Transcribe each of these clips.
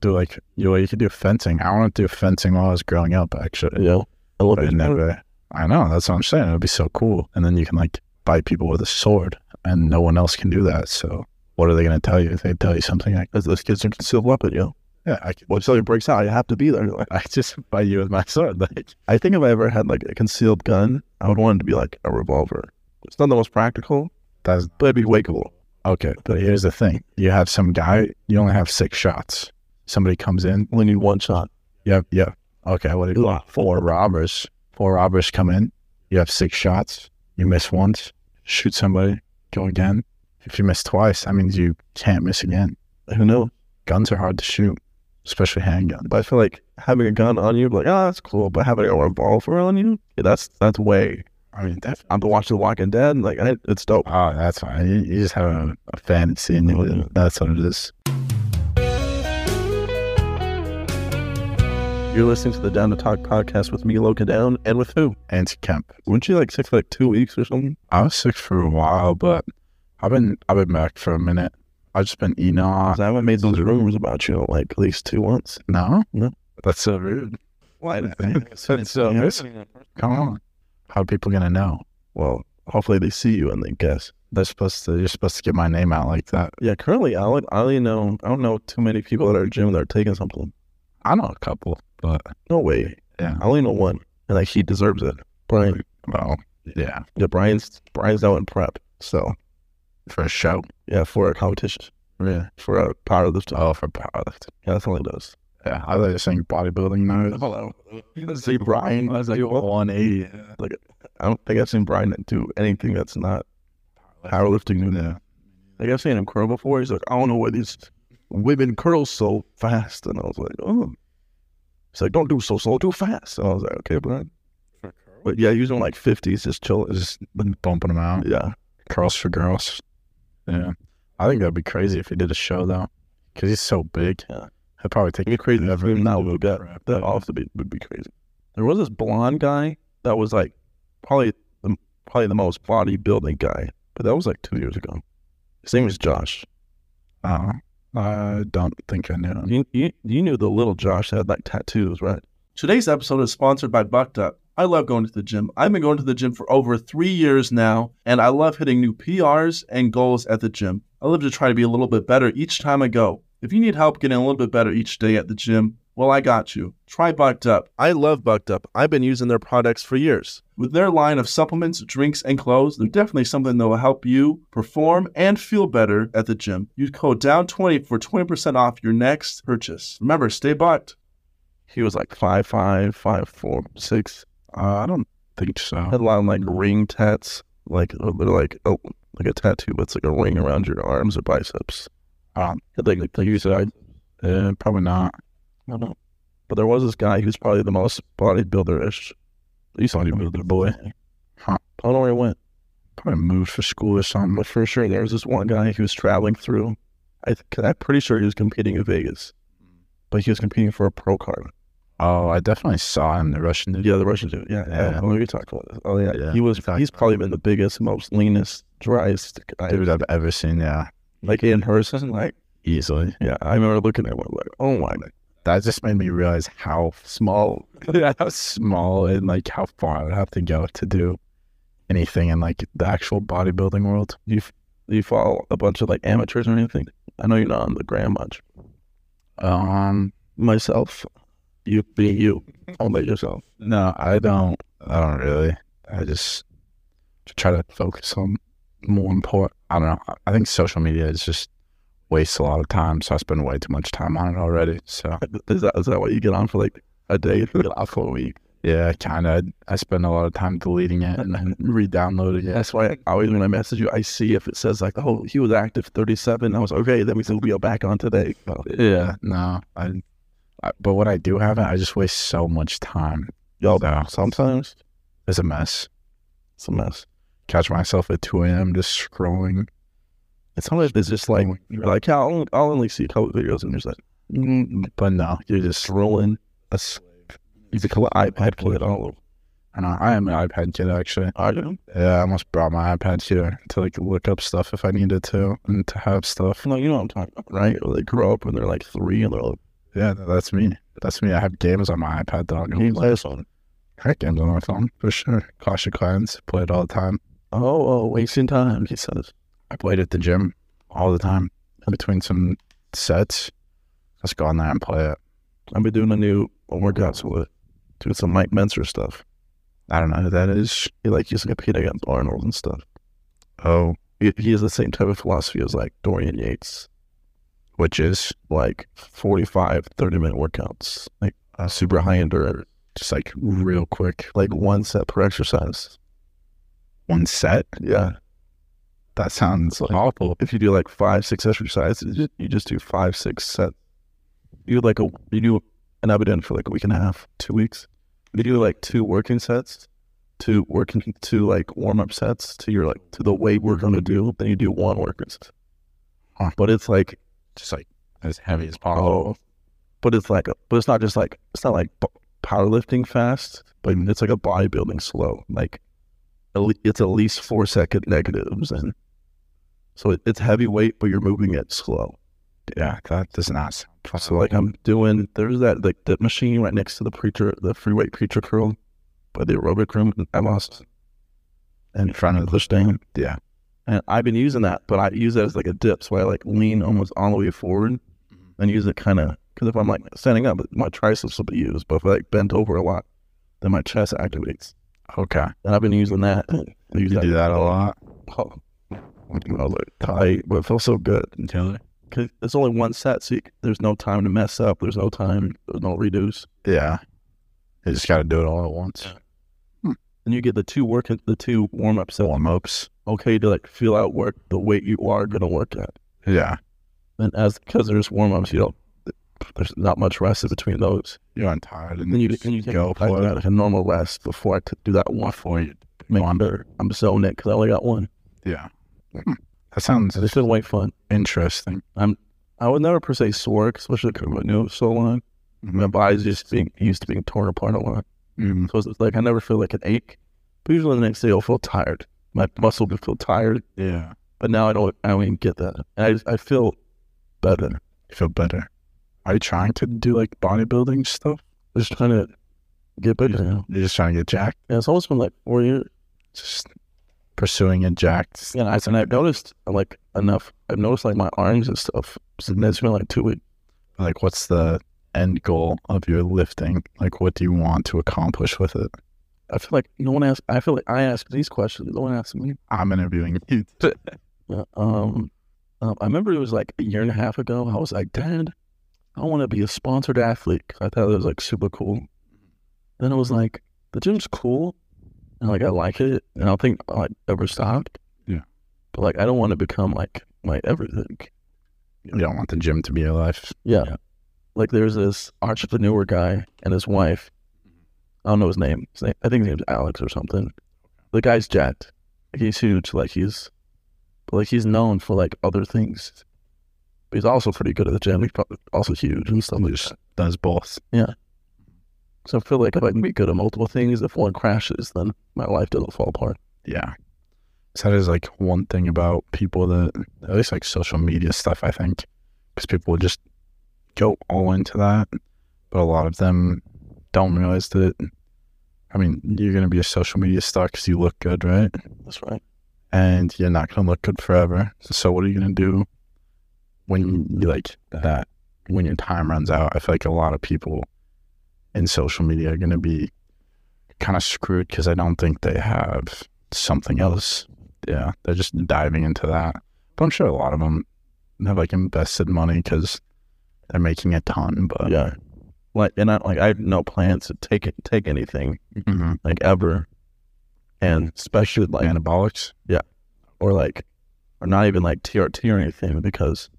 do like you know, you could do fencing. I wanted to do fencing while I was growing up actually. Yeah. I love But I it. never I know, that's what I'm saying. It would be so cool. And then you can like bite people with a sword and no one else can do that. So what are they gonna tell you? They tell you something like As this kid's a concealed weapon, yo. yeah, I could, Once something breaks out, you have to be there. Like, I just bite you with my sword. Like I think if I ever had like a concealed gun, I would want it to be like a revolver. It's not the most practical, that's but it'd be way cool. okay, but here's the thing. You have some guy you only have six shots. Somebody comes in, Only need one shot. Yep, yep. Okay, what do you Ugh, four robbers. Four robbers come in. You have six shots. You miss once, shoot somebody, go again. If you miss twice, that means you can't miss again. Who knows? Guns are hard to shoot, especially handguns. But I feel like having a gun on you, like, oh, that's cool. But having a revolver on you, yeah, that's that's way. I mean, that, I'm watching The Walking Dead, like, I, it's dope. oh, that's fine. You, you just have a, a fantasy, and you, that's what it is. You're listening to the Down to Talk podcast with me, Loka Down, and with who? Anti Kemp. Weren't you like sick for like two weeks or something? I was sick for a while, but I've been I've been back for a minute. I've just been eating off. 'Cause I haven't made those rumors about you in like at least two months. No, No. that's so rude. Why? That's so rude. Come on, how are people gonna know? Well, hopefully they see you and they guess. They're supposed to. You're supposed to get my name out like that. Yeah, currently I don't, I only know I don't know too many people at our gym that are taking something. I know a couple, but No way. Yeah. I only know one, and like he deserves it. Brian. well, yeah, Yeah, Brian's Brian's out in prep, so for a show, yeah, for a competition, really. for a powerlifting. Oh, for powerlifting. Yeah, that's all he does. Yeah, I thought you were saying bodybuilding now. Hello. See Brian. I was like E. 180. I don't think I've seen Brian do anything that's not Power- powerlifting. Yeah. Like I've seen him curl before. He's like, I don't know why these women curl so fast. And I was like, oh. He's like, don't do so slow, do fast. And I was like, okay, Brian. But yeah, he was doing like 50s, just chilling. Just, Just been bumping them out. yeah. Curls for girls. Yeah. I think that'd be crazy if he did a show though, because he's so big. Yeah. It'd probably take It'd be crazy if forever him to now do would get prep, but- that off the beat would be crazy. There was this blonde guy that was like probably the, probably the most bodybuilding guy, but that was like two years ago. His name was Josh. Oh, I don't think I knew. Him. You, you, you knew the little Josh had like tattoos, right? Today's episode is sponsored by Bucked Up. I love going to the gym. I've been going to the gym for over three years now, and I love hitting new PRs and goals at the gym. I love to try to be a little bit better each time I go. If you need help getting a little bit better each day at the gym, well, I got you. Try Bucked Up. I love Bucked Up. I've been using their products for years. With their line of supplements, drinks, and clothes, they're definitely something that will help you perform and feel better at the gym. Use code DOWN20 for 20% off your next purchase. Remember, stay bucked. He was like five five, five four, six. Uh, I don't think so. Had a lot of like ring tats, like uh, they're like oh, like a tattoo, but it's like a ring around your arms or biceps. Um, Had like, like you said, Uh, probably not. I don't know. But there was this guy who's probably the most bodybuilder-ish. He's bodybuilder boy. Huh. I don't know where he went. Probably moved for school or something. But for sure, there was this one guy who was traveling through. I th- I'm pretty sure he was competing in Vegas, but he was competing for a pro card. Oh, I definitely saw him. The Russian dude. Yeah, the Russian dude. Yeah, Yeah. yeah. Oh, we talked about this. Oh yeah, Yeah, He was. we talked He's about probably been the biggest, most leanest, driest guy, dude I've ever seen. Yeah, like in person. Like, easily. yeah, I remember looking at one like, oh my, That just made me realize how small. how small and like how far I'd have to go to do anything in like the actual bodybuilding world. Do you f- do you follow a bunch of like amateurs or anything? I know you're not on the gram much. Um, Myself, you being you, only yourself. no, I don't. I don't really. I just try to focus on more important. I don't know. I- I think social media is just wastes a lot of time. So I spend way too much time on it already. So Is that is that what you get on for like a day? You get off for a week. yeah, kind of. I spend a lot of time deleting it and then re-downloading it. That's why I always when I message you, I see if it says like, oh, he was active 37. I was okay. That means he'll be back on today. Oh, Yeah, no. I, I but when I do have it, I just waste so much time. Y'all, No. sometimes It's a mess. it's a mess. Catch myself at 2 a.m. just scrolling. And sometimes it's just like you're like, yeah, I'll only, I'll only see a couple videos, and you're just like Mm, But no, you're just. scrolling. A, s- you become an iPad kid all over. I know. I am an iPad kid actually. Are you? Yeah, I almost brought my iPad here to like look up stuff if I needed to and to have stuff. No, you know what I'm talking about, right? Or they grow up and they're like three, and they're like, Yeah, th- that's me. That's me. I have games on my iPad that I'll go Games play. I saw. I have games on my phone for sure. Clash of Clans, play it all the time. Oh, oh, wasting time, he says. I played at the gym all the time between some sets. Let's go on there and play it. I've been doing a new oh workouts with doing some Mike Menser stuff. I don't know who that is. He like used to compete against Arnold and stuff. Oh, He, he has the same type of philosophy as like Dorian Yates, which is like 45, 30 minute workouts, like uh, super high endurance, just like real quick. like one set per exercise. One set? Yeah. That sounds Like- awful. If you do like five, six exercises, you just, you just do five, six sets. You do like a, you do, and I've been doing it for like a week and a half, two weeks. You do like two working sets, two working, two like warm up sets to your like, to the weight we're going to do. Then you do one working set. Huh. But it's like, Just like as heavy as possible. Oh, but it's like, but it's not just like it's not like b- powerlifting fast, but it's like a bodybuilding slow. Like, at le- it's at least four second negatives, and so it, it's heavy weight, but you're moving it slow. Yeah, that does not sound So possible. like I'm doing, there's that like dip machine right next to the preacher, the free weight preacher curl, by the aerobic room in Austin, in front of the English thing. Yeah. And I've been using that, but I use that as like a dip. So I like lean almost all the way forward and use it kind of because if I'm like standing up, my triceps will be used. But if I like bent over a lot, then my chest activates. Okay. And I've been using that. I use You do that a lot. Oh, I was like tight, but it feels so good. Taylor? Cause it's only one set, so you, there's no time to mess up. There's no time, there's no reduce. Yeah. You just gotta do it all at once. And you get the two work, the two warm ups. So Warm ups. okay to like feel out work the weight you are gonna work at. Yeah. And as because there's warm ups, you don't. There's not much rest in between those. You're untired and And then you, just and you take go I for it. got a normal rest before I t- do that one. Before you make One. sure I'm selling it because I only got one. Yeah. Hmm. That sounds It's been way fun. interesting. I would never per se sore, especially because I knew it so long. My body's just being used to being torn apart a lot. Mm. So it's like I never feel like an ache. But usually the next day I'll feel tired. My muscle will feel tired, Yeah. but now I don't. I don't even get that. And I just- I feel better. You feel better. Are you trying to do like bodybuilding stuff? Just trying to get better. Now. You're just trying to get jacked? And it's almost been like four years. Just pursuing it jacked. And I and I've noticed like enough. I've noticed like my arms and stuff. So that's been like two weeks. Like what's the end goal of your lifting? Like what do you want to accomplish with it? I feel like no one asked. I feel like I ask these questions. No one asks me. I'm interviewing you. Yeah, um, um, I remember it was like a year and a half ago. I was like, Dad, I want to be a sponsored athlete 'cause I thought it was like super cool. Then I was like, the gym's cool, and like I like it, and I don't think I like ever stopped. Yeah. but like I don't want to become like my everything. You don't want the gym to be your life. Yeah. Yeah. Like there's this entrepreneur guy and his wife. I don't know his name. His name I think his name's Alex or something. The guy's jacked. Like he's huge. Like he's but like he's known for like other things. But he's also pretty good at the gym. He's probably also huge and stuff like that. Does both. So I feel like if I can be good at multiple things, if one crashes, then my life doesn't fall apart. Yeah. So that is like one thing about people that, at least like social media stuff, I think, because people just go all into that. But a lot of them don't realize that, I mean, you're going to be a social media star because you look good, right? That's right. And you're not going to look good forever. So what are you going to do when you like that, when your time runs out? I feel like a lot of people in social media are going to be kind of screwed because I don't think they have something else. Yeah, they're just diving into that. But I'm sure a lot of them have like invested money because they're making a ton. But yeah. Like and I like I have no plans to take it take anything, Mhm. like ever. And especially like anabolics, or like, or not even like TRT or anything because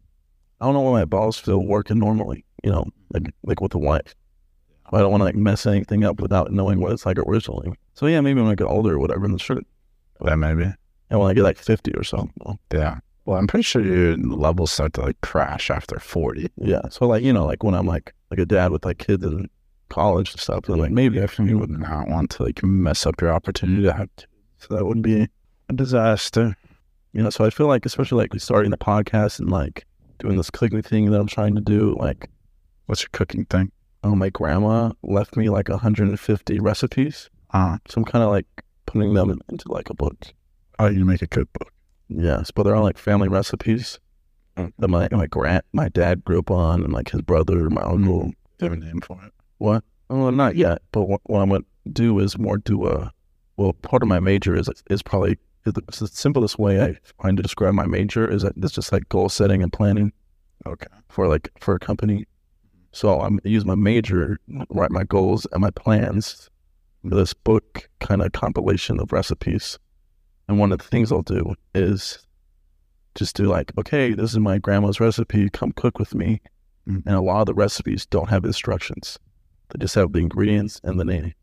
I don't know why my balls feel working normally, you know, like, like with the wife. I don't want to like mess anything up without knowing what it's like originally. So yeah, maybe when I get older or whatever, and sure, that maybe. and when I get like 50 or so, well, Yeah. Well, I'm pretty sure your levels start to like crash after 40. yeah. So like, you know, like when I'm like, like a dad with like kids in college and stuff, then like maybe I You can, would not want to like mess up your opportunity to have kids. So that would be a disaster. you know, so I feel like, especially like starting the podcast and like doing this clicking thing that I'm trying to do, like What's your cooking thing? Oh, my grandma left me like 150 recipes. Uh, So I'm kind of like putting them into like a book. oh, you make a cookbook. Yes, but they're all like family recipes Mm. that my my grand my dad grew up on, and like his brother, my uncle. Do you have a name for it? What? Oh, not yet. But what, what I'm gonna do is more do a. Well, part of my major is is probably it's the simplest way I find to describe my major is that it's just like goal setting and planning Okay. for like for a company. So I'm I use my major, write my goals and my plans for this book kind of compilation of recipes. And one of the things I'll do is just do like, okay, this is my grandma's recipe, come cook with me. Mm. And a lot of the recipes don't have instructions. They just have the ingredients and the name.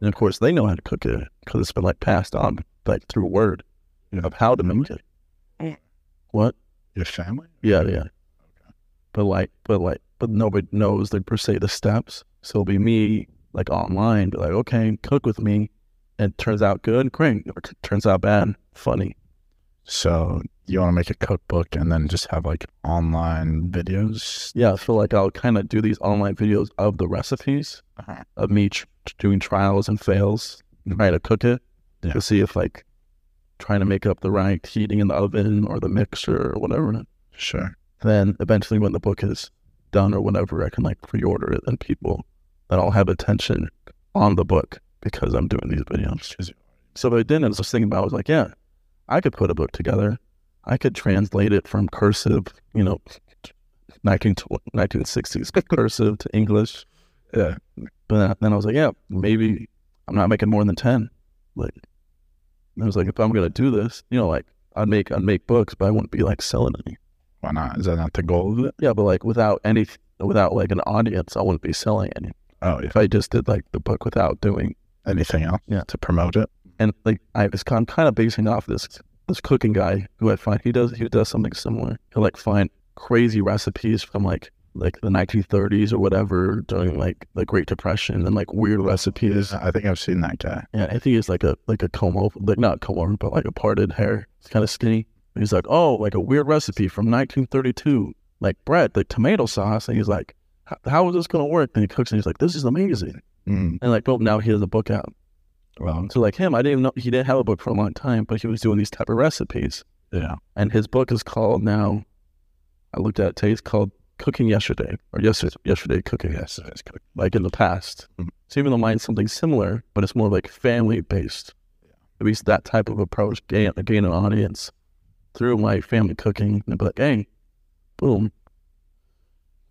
And of course they know how to cook it because it's been like passed on like through word Yeah. of how to make it. What? Your family? Yeah, yeah. But like, but like, but nobody knows like per se the steps. So it'll be me like online, be like, okay, cook with me, and it turns out good, great. Or t- turns out bad, funny. So you want to make a cookbook and then just have like online videos? Yeah, I feel like I'll kind of do these online videos of the recipes Uh-huh. of me tr- doing trials and fails, trying to cook it Yeah. to see if like trying to make up the right heating in the oven or the mixer or whatever. Sure. then eventually when the book is done or whatever, I can like pre-order it and people that I'll have attention on the book because I'm doing these videos. So I didn't. I was just thinking about. I was like, yeah, I could put a book together. I could translate it from cursive, you know, 19, 1960s cursive to English. Yeah. But then I was like, yeah, maybe I'm not making more than ten. Like, and I was like, if I'm gonna do this, you know, like I'd make I'd make books, but I wouldn't be like selling any. Why not? Is that not the goal of it? Yeah, but like without any, without like an audience, I wouldn't be selling any. Oh, yeah. If I just did like the book without doing Anything else Yeah. to promote it? and like I was kind kind of basing off this this cooking guy who I find he does he does something similar. He'll like find crazy recipes from like like the 1930s or whatever during like the Great Depression and like weird recipes. I think I've seen that guy. Yeah, I think he's like a like a comb over, like not comb over, but like a parted hair. It's kind of skinny. And he's like, oh, like a weird recipe from 1932, like bread, like tomato sauce. And he's like, "H- how is this gonna work? And he cooks, and he's like, this is amazing. Mm. And like, boom, now he has a book out. Well, So like him, I didn't even know he didn't have a book for a long time, but he was doing these type of recipes. yeah. And his book is called now. I looked at it today. It's called Cooking Yesterday or Yesterday, Yesterday Cooking. Yes, it is good. like in the past. Mhm. So even though mine's something similar, but it's more like family based. At least that type of approach gain gain an audience through my family cooking and be like, hey, boom,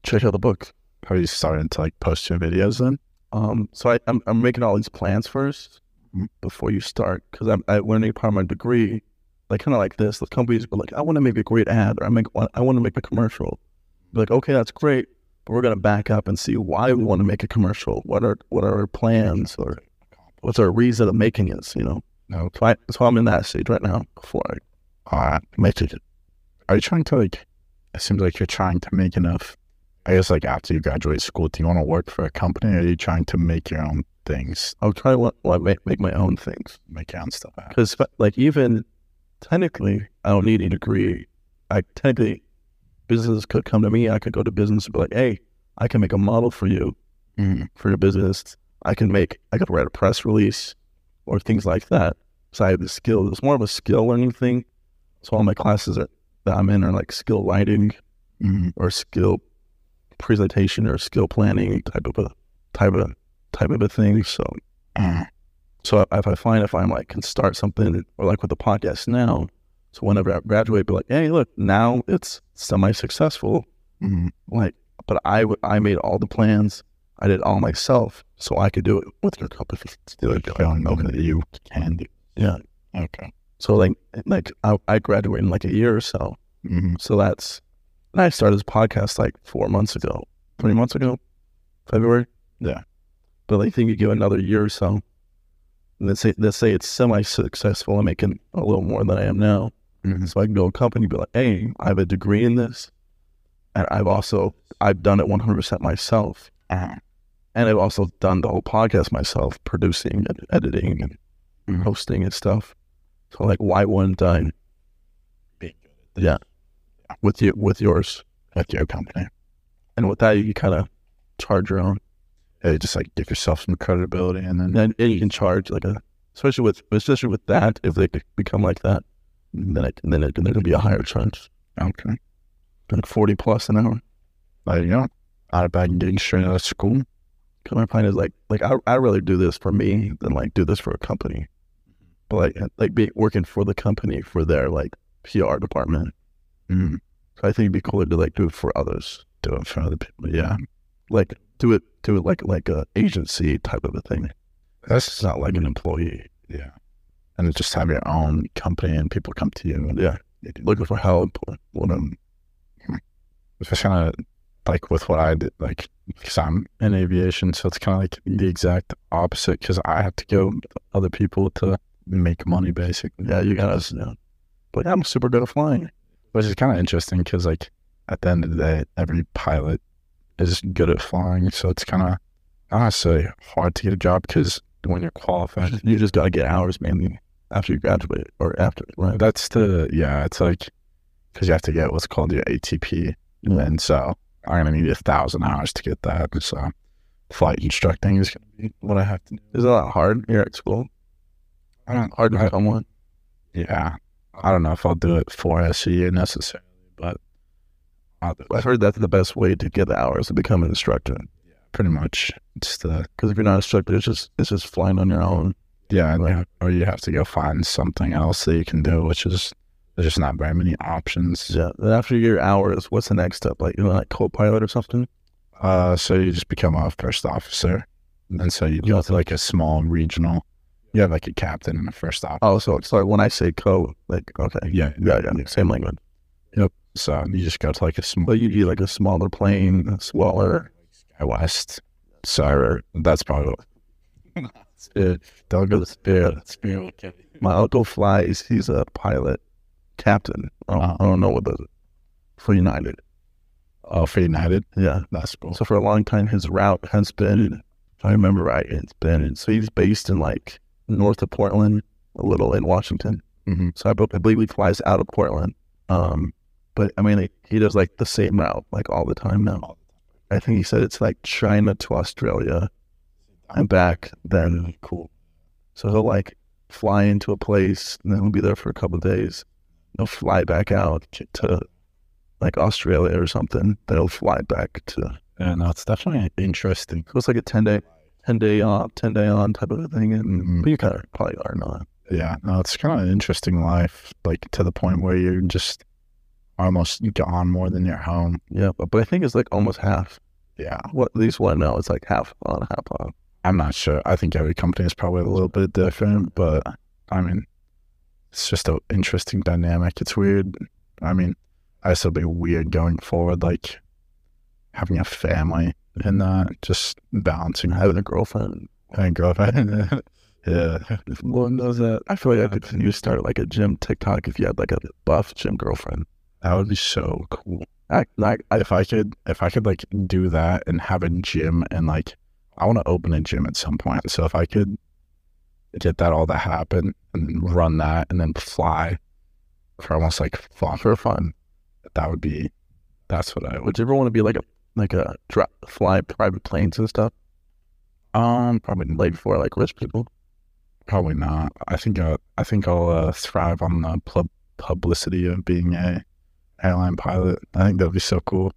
check out the book. Are you starting to like post your videos then? Um, so I, I'm I'm making all these plans first Mhm. before you start because I'm I, learning part of my degree, like kind of like this. The companies were like, I want to make a great ad or I make one- I want to make a commercial. Be like, okay, that's great, but we're gonna back up and see why we want to make a commercial. What are what are our plans or what's our reason of making this? You know, No. so, I, so I'm in that stage right now before I All right. make it. Are you trying to like? It seems like you're trying to make enough. I guess like after you graduate school, do you want to work for a company? Or are you trying to make your own things, I'll try to like, make make my own things. make your own stuff? Out? because like even technically i don't need a degree i technically businesses could come to me i could go to business and be like hey i can make a model for you Mm. for your business i can make i could write a press release or things like that so i have the skill it's more of a skill learning thing so all my classes are, that i'm in are like skill writing Mm. or skill presentation or skill planning type of a type of type of a thing so Mm. so if I find if I'm like can start something or like with the podcast now, so whenever I graduate, be like, hey, look, now it's semi successful. Mm. Like, but I w- I made all the plans, I did it all myself, so I could do it with your company. Do it feeling that you can do. Yeah. Okay. So like like I, I graduated in like a year or so, Mm. so that's and I started this podcast like four months ago, three months ago, February. Yeah. But like, I think you give another year or so. and Let's say let's say it's semi successful. I'm making a little more than I am now, Mm. so I can go to a company and be like, "Hey, I have a degree in this, and I've also I've done it 100 percent myself, Uh, and I've also done the whole podcast myself, producing and editing and Mhm. hosting and stuff. So like, why wouldn't I Be Yeah, with you with yours? with your company. And with that, you can kind of charge your own. Hey, just like give yourself some credibility and then And, and you can charge like a, especially with, especially with that, if they could become like that, then it, then it, then it could be a higher charge, okay. like 40 plus an hour. There you go. Out of bed and getting straight out of school. Cause my point is like, like I, I'd rather do this for me than like do this for a company. But like, like be working for the company for their like PR department. Mm. So I think it'd be cooler to like do it for others. Do it for other people. Yeah. Like do it, do it like, like a agency type of a thing. It's That's not like an employee. yeah. And just have your own company and people come to you and Yeah. they do Looking for help or whatever. um, it's just kind of like with what I did, like because I'm in aviation, so it's kind of like the exact opposite because I have to go with other people to make money basically, Yeah, you gotta, you know, like I'm super good at flying. which is kind of interesting because like at the end of the day, every pilot is good at flying, so it's kind of honestly hard to get a job because when you're qualified, You just gotta get hours, man. After you graduate or after, right? that's the yeah, it's like because you have to get what's called your ATP, Yeah. and so I'm gonna need a thousand hours to get that, so flight instructing is gonna be what I have to do. Isn't that hard here at school? I don't Hard to I- become one. Yeah. I don't know if I'll do it for SEU necessarily, but I'll do I've it heard that's the best way to get the hours to become an instructor. pretty much. It's the, Because if you're not an instructor, it's just it's just flying on your own. yeah, and Right. you- or you have to go find something else that you can do, which is, there's just not very many options. Yeah. Then after your hours, what's the next step? Like you know, like co-pilot or something. Uh, so you just become a first officer. And so you You go to like a small regional, you have like a captain and a first officer. Oh, so sorry. When I say co, like okay, Yeah. yeah, yeah, same language. So you just go to like a small, But you'd be like a smaller plane, a smaller. Sky West. So that's probably what. Spirit. Don't go to Spirit. Spirit will kill you. My uncle flies. He's a pilot, captain. I don't, I don't know what the for United. Oh, for United. Yeah. That's cool. So for a long time, his route has been, if I remember right, it's been. So he's based in like north of Portland, a little in Washington. Mhm. So I, bu- I believe he flies out of Portland. Um, but I mean, like, he does like the same route like all the time now. I think he said it's like China to Australia and back. Then cool. so he'll like fly into a place and then he'll be there for a couple of days. He'll fly back out to like Australia or something. Then he'll fly back to Yeah, no, it's definitely interesting. So it's like a 10 day, 10 day off, 10 day on type of a thing. And Mhm. but you kind of probably are not. Yeah, no, it's kind of an interesting life, like to the point where you're just almost gone more than you're home. Yeah. But, but I think it's like almost half. Yeah, What at least what now? It's like half on, half off. I'm not sure. I think every company is probably a little bit different, but I mean, it's just an interesting dynamic. It's weird. I mean, I guess it'll be weird going forward, like having a family and uh, just balancing Having a girlfriend. and girlfriend. yeah, If one does that, I feel like I could you start like a gym TikTok if you had like a buff gym girlfriend. that would be so cool. I, like, I, if I could, if I could like do that and have a gym and like, I want to open a gym at some point. So if I could get that all to happen and then run that and then fly for almost like fun, for fun, that would be, that's what I would. would you ever want to be like a, like a dri fly private planes and stuff? Um, probably, Like for like rich people? probably not. I think, uh, I think I'll uh, thrive on the pub- publicity of being a airline pilot. I think that'd be so cool.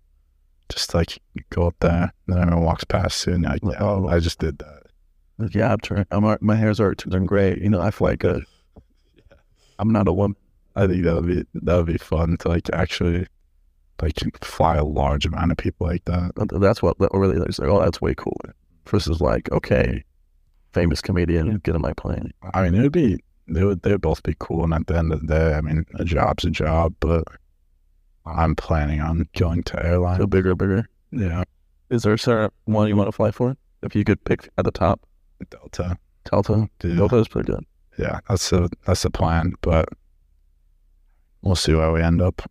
Just like go up there, and then everyone walks past you and you're like, Like, oh, I just did that. Like, yeah, I'm turning, I'm, al- my hair's already turned gray. You know, I feel like uh, a, I'm not a woman. I think that would be that would be fun to like actually like fly a large amount of people like that. But th- That's what that really like, it's like. Oh, that's way cooler. Versus like, okay, famous comedian, get on my plane. I mean, it would be they would they would both be cool. And at the end of the day, I mean, a job's a job, but I'm planning on going to So airline. bigger, bigger. Yeah, Is there a certain one you want to fly for? If you could pick at the top, Delta. Delta. Yeah, Delta is pretty good. yeah, that's the that's the plan. But we'll see where we end up.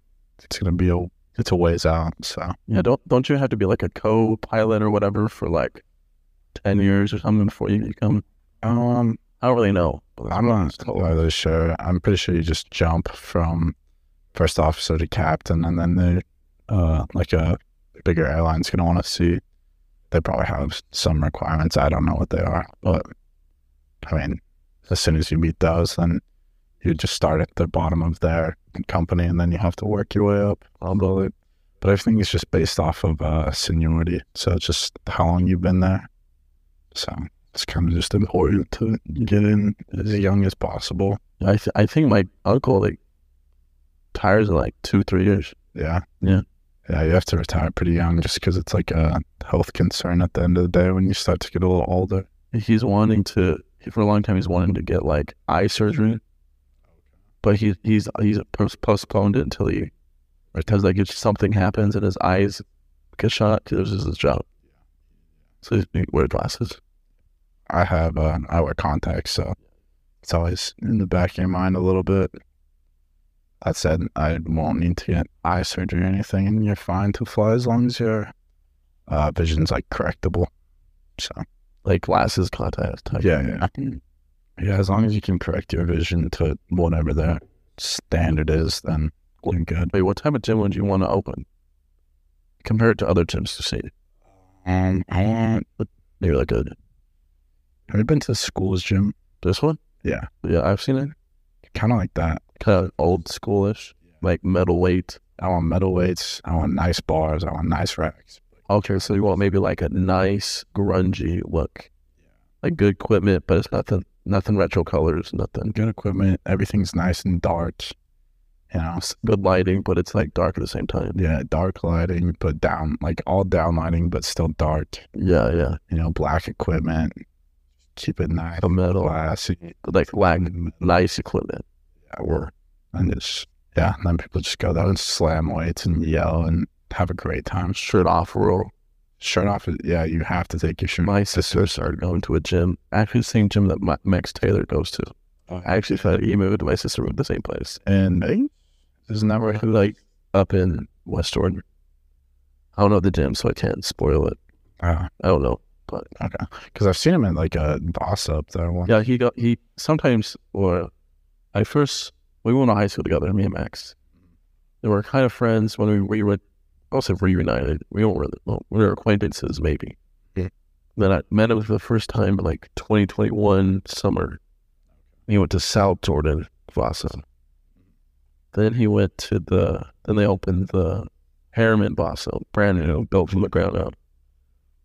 It's gonna be a it's a ways out. So Yeah. Don't don't you have to be like a co-pilot or whatever for like ten years or something before you become? um, I don't really know. I'm not entirely sure. I'm pretty sure you just jump from first officer to captain, and then they uh, like a bigger airlines going to want to see. They probably have some requirements. I don't know what they are, but I mean, as soon as you meet those, then you just start at the bottom of their company, and then you have to work your way up. Although, it, but everything is just based off of uh, seniority. So it's just how long you've been there. So it's kind of just important to get in as young as possible. I th- I think my uncle like tires in like two three years. Yeah. Yeah. Yeah, you have to retire pretty young just because it's like a health concern at the end of the day when you start to get a little older. He's wanting to for a long time. He's wanting to get like eye surgery, but he he's he's post- postponed it until he because like if something happens and his eyes get shot, he loses his job. So he's he wear glasses. I have, uh, I wear contacts, so it's always in the back of your mind a little bit. That said, I won't need to get eye surgery or anything, and you're fine to fly as long as your uh, vision's like correctable. So, Like glasses contacts type. yeah, yeah. Yeah, as long as you can correct your vision to whatever the standard is, then you're good. Wait, what type of gym would you want to open? Compared to other gyms to see. Um, I want, They're like good. have you been to the school's gym? This one? Yeah. Yeah, I've seen it. Kind of like that. Kind of old schoolish. Like metal weight. I want metal weights. I want nice bars. I want nice racks. Okay, so you want maybe like a nice grungy look. Like good equipment, but it's nothing nothing retro colors, nothing Good equipment. Everything's nice and dark. You know, s- good lighting, but it's like dark at the same time. yeah, dark lighting, but down, like all down lighting, but still dark. Yeah, yeah. You know, black equipment. Keep it nice. The metal. Classy. Like black And nice equipment. we're- and just, yeah, and then people just go there and slam weights and yell and have a great time. Shirt off rule. Shirt off, is- yeah, you have to take your shirt My sister started going to a gym, actually the same gym that Ma- Max Taylor goes to. I actually thought he moved. My sister moved to the same place. And isn't that where Who like up in West Jordan? I don't know the gym, so I can't spoil it. uh, I don't know. Okay. Because I've seen him at like a boss up there one. Yeah, he got he sometimes or I first we went to high school together, me and Max. They were kind of friends when we we went also reunited. We weren't really well, we were acquaintances maybe. Yeah. Then I met him for the first time in like twenty twenty one summer. He went to South Jordan, Vasa. Then he went to the then they opened the Harriman Vasa, brand new, built from the ground up.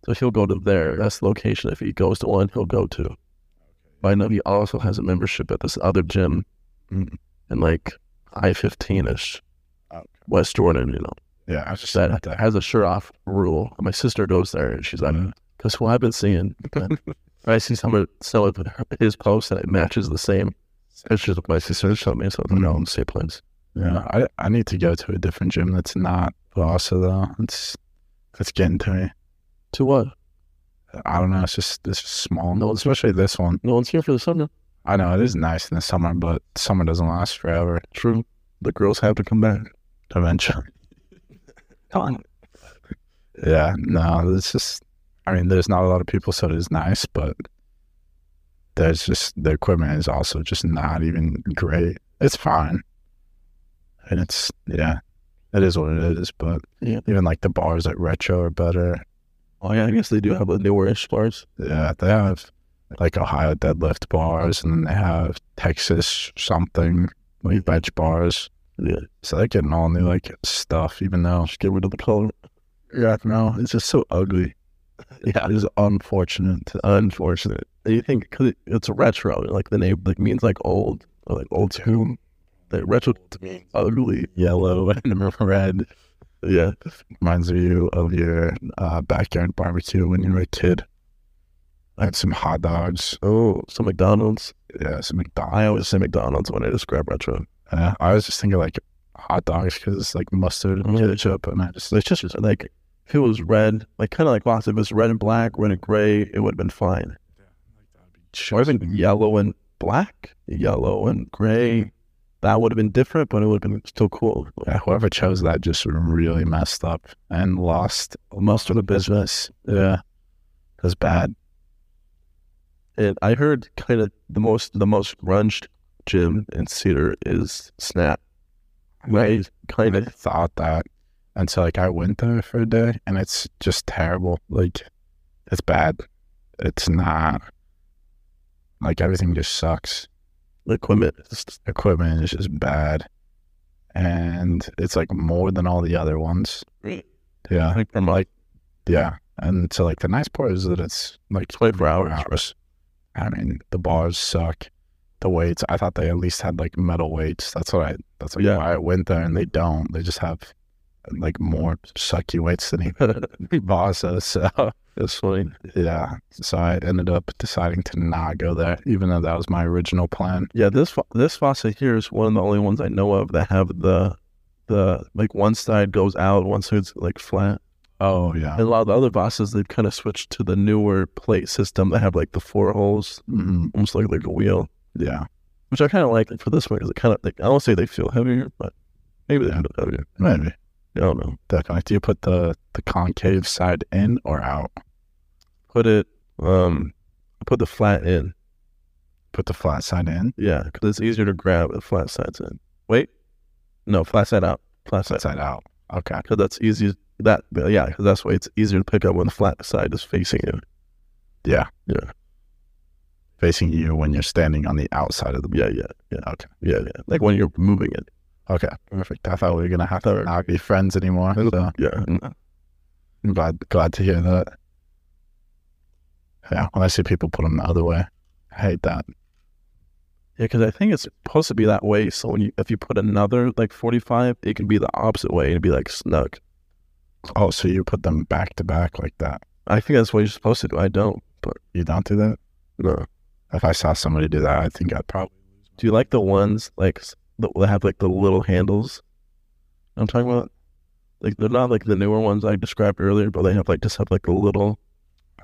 So he'll go to there. That's the location. If he goes to one, he'll go to. But I know he also has a membership at this other gym Mm. in like I 15 ish, Okay. West Jordan, you know, Yeah, I was just that that. has a shirt off rule. My sister goes there and she's like, Mhm. that's what I've been seeing. And I see someone sell it, his post and it matches the same. It's just my sister showed me something. No, I'm same place. Yeah, I, I need to go to a different gym that's not boss though. It's it's getting to me. To what? I don't know. It's just it's just small. No, it's- especially this one. No one's here for the summer. I know it is nice in the summer, but summer doesn't last forever. True. The girls have to come back. Eventually. Come on. Yeah. No, it's just. I mean, there's not a lot of people, so it is nice, but there's just the equipment is also just not even great. It's fine, and it's yeah, it is what it is. But Yeah. even like the bars at retro are better. Oh, yeah. I guess they do have the newer ish bars. Yeah, they have like Ohio deadlift bars, and then they have Texas something like bench bars. Yeah. So they're getting all new like stuff, even though Just get rid of the color. yeah, no, it's just so ugly. Yeah. It is unfortunate. unfortunate. You think because it, it's a retro, like the name like means like old or like old tomb. That retro means ugly. Yellow and red Yeah, reminds you of your uh, backyard barbecue when you were a kid. I had some hot dogs. Oh, so McDonald's. yeah, some McDonald's. I always say McDonald's when I describe retro. Uh, I was just thinking like hot dogs because it's like mustard and Mhm. ketchup, and I just It's just like if it was red, like kind of like lots. If it was red and black, red and gray, it would have been fine. Or even yellow and black, yellow and gray, that would have been different, but it would have been still cool. Yeah, whoever chose that just really messed up and lost most of the business. Yeah, that's bad. And I heard kind of the most the most grunge gym in Cedar is Snap. Right, kind I of thought that And so like I went there for a day and it's just terrible. Like it's bad. It's not like everything just sucks. Equipment. It's just- Equipment is just bad. And it's like more than all the other ones. Really? Yeah. like from like Yeah. And so like the nice part is that it's like 24 hours. hours. I mean, the bars suck. The weights, I thought they at least had like metal weights. That's what I, that's like Yeah. why I went there and they don't. They just have like more sucky weights than even bars does. So That's funny. yeah. So I ended up deciding to not go there, even though that was my original plan. Yeah, this fa- this faucet here is one of the only ones I know of that have the the like one side goes out, one side's like flat. Oh, yeah. And a lot of the other faucets they've kind of switched to the newer plate system that have like the four holes, mm almost like like a wheel, Yeah. which I kind of like for this one because it kind of like I don't say they feel heavier, but maybe they Yeah. feel heavier. Maybe. I don't know. Definitely. Do you put the, the concave side in or out? Put it um, I put the flat in. Put the flat side in? Yeah, because it's easier to grab with flat sides in. Wait, no, flat side out, flat side Flat side out. Okay. because that's easy. That yeah, because that's why it's easier to pick up when the flat side is facing you. Facing you when you're standing on the outside of the Yeah, yeah, yeah. Okay. yeah, yeah. Like when you're moving it. Okay. Perfect. I thought we were gonna have to Perfect. not be friends anymore. So Yeah, I'm glad glad to hear that. Yeah. When I see people put them the other way, I hate that. yeah. Because I think it's supposed to be that way. So when you if you put another like forty five, it can be the opposite way and be like snug. Oh, so you put them back to back like that? I think that's what you're supposed to do. I don't, but You don't do that? no. If I saw somebody do that, I think I'd probably. Do you like the ones like s- that will have like the little handles? I'm talking about. Like they're not like the newer ones I described earlier, but they have like just have like the little.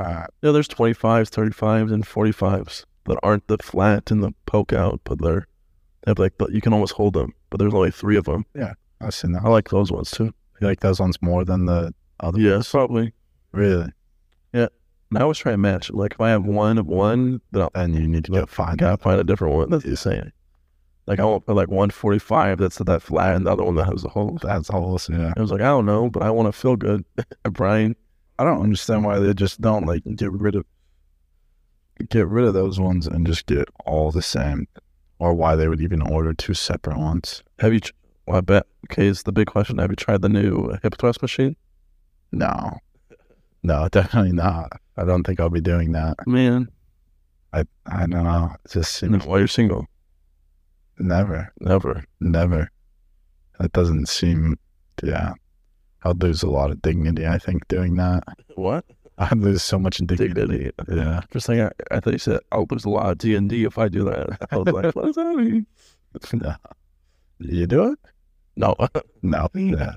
Uh, Yeah, there's 25s, 35s, and 45s that aren't the flat and the poke out, but they're they have like but you can almost hold them. But there's only three of them. I've seen that. I like those ones too. You like those ones more than the other? Yes, probably. Really? And I always try to match. it. Like if I have one of one, then I'll, Then you need to go I find gotta find a different one. That's insane. Like I want like one forty five that's that flat and the other one that has a hole. That's all. Yeah. I was like, I don't know, but I want to feel good, Brian. I don't understand why they just don't like get rid of get rid of those ones and just get all the same, or why they would even order two separate ones. Have you? tr- Well, I bet. Okay, it's the big question. Have you tried the new hip thrust machine? No, no, definitely not. I don't think I'll be doing that. Man, I I don't know. It just no, seems while you're single, never, never. never. That doesn't seem. Yeah, I'd lose a lot of dignity. I think doing that, What? I'd lose so much dignity. Dignity. Yeah, First thing I, I thought you said, oh, there's a lot of D and D if I do that. I was like, what does that mean? no. You do it? No, I No. Yeah,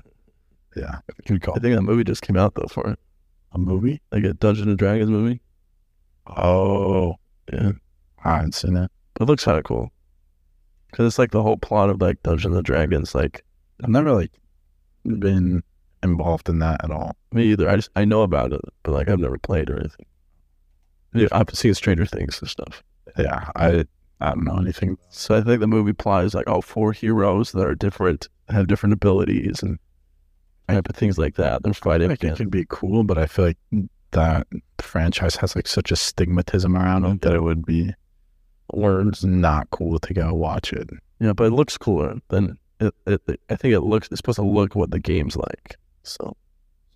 yeah. Good call. think that movie just came out though for it, A movie? like a Dungeons and Dragons movie. Oh, Yeah. I haven't seen it. It looks kind of cool because it's like the whole plot of like Dungeons and Dragons. Like I've never like been involved in that at all. me either. I just I know about it, but like I've never played or anything. Yeah, I've seen Stranger Things and stuff. Yeah, I I don't know anything. So I think the movie plot is like, oh, four heroes that are different, have different abilities and type of things like that. They're fighting Like it against. could be cool, but I feel like that franchise has like such a stigmatism around it that it would be it's not cool to go watch it. Yeah, but it looks cooler than it, it, it- I think it looks. It's supposed to look what the game's like. So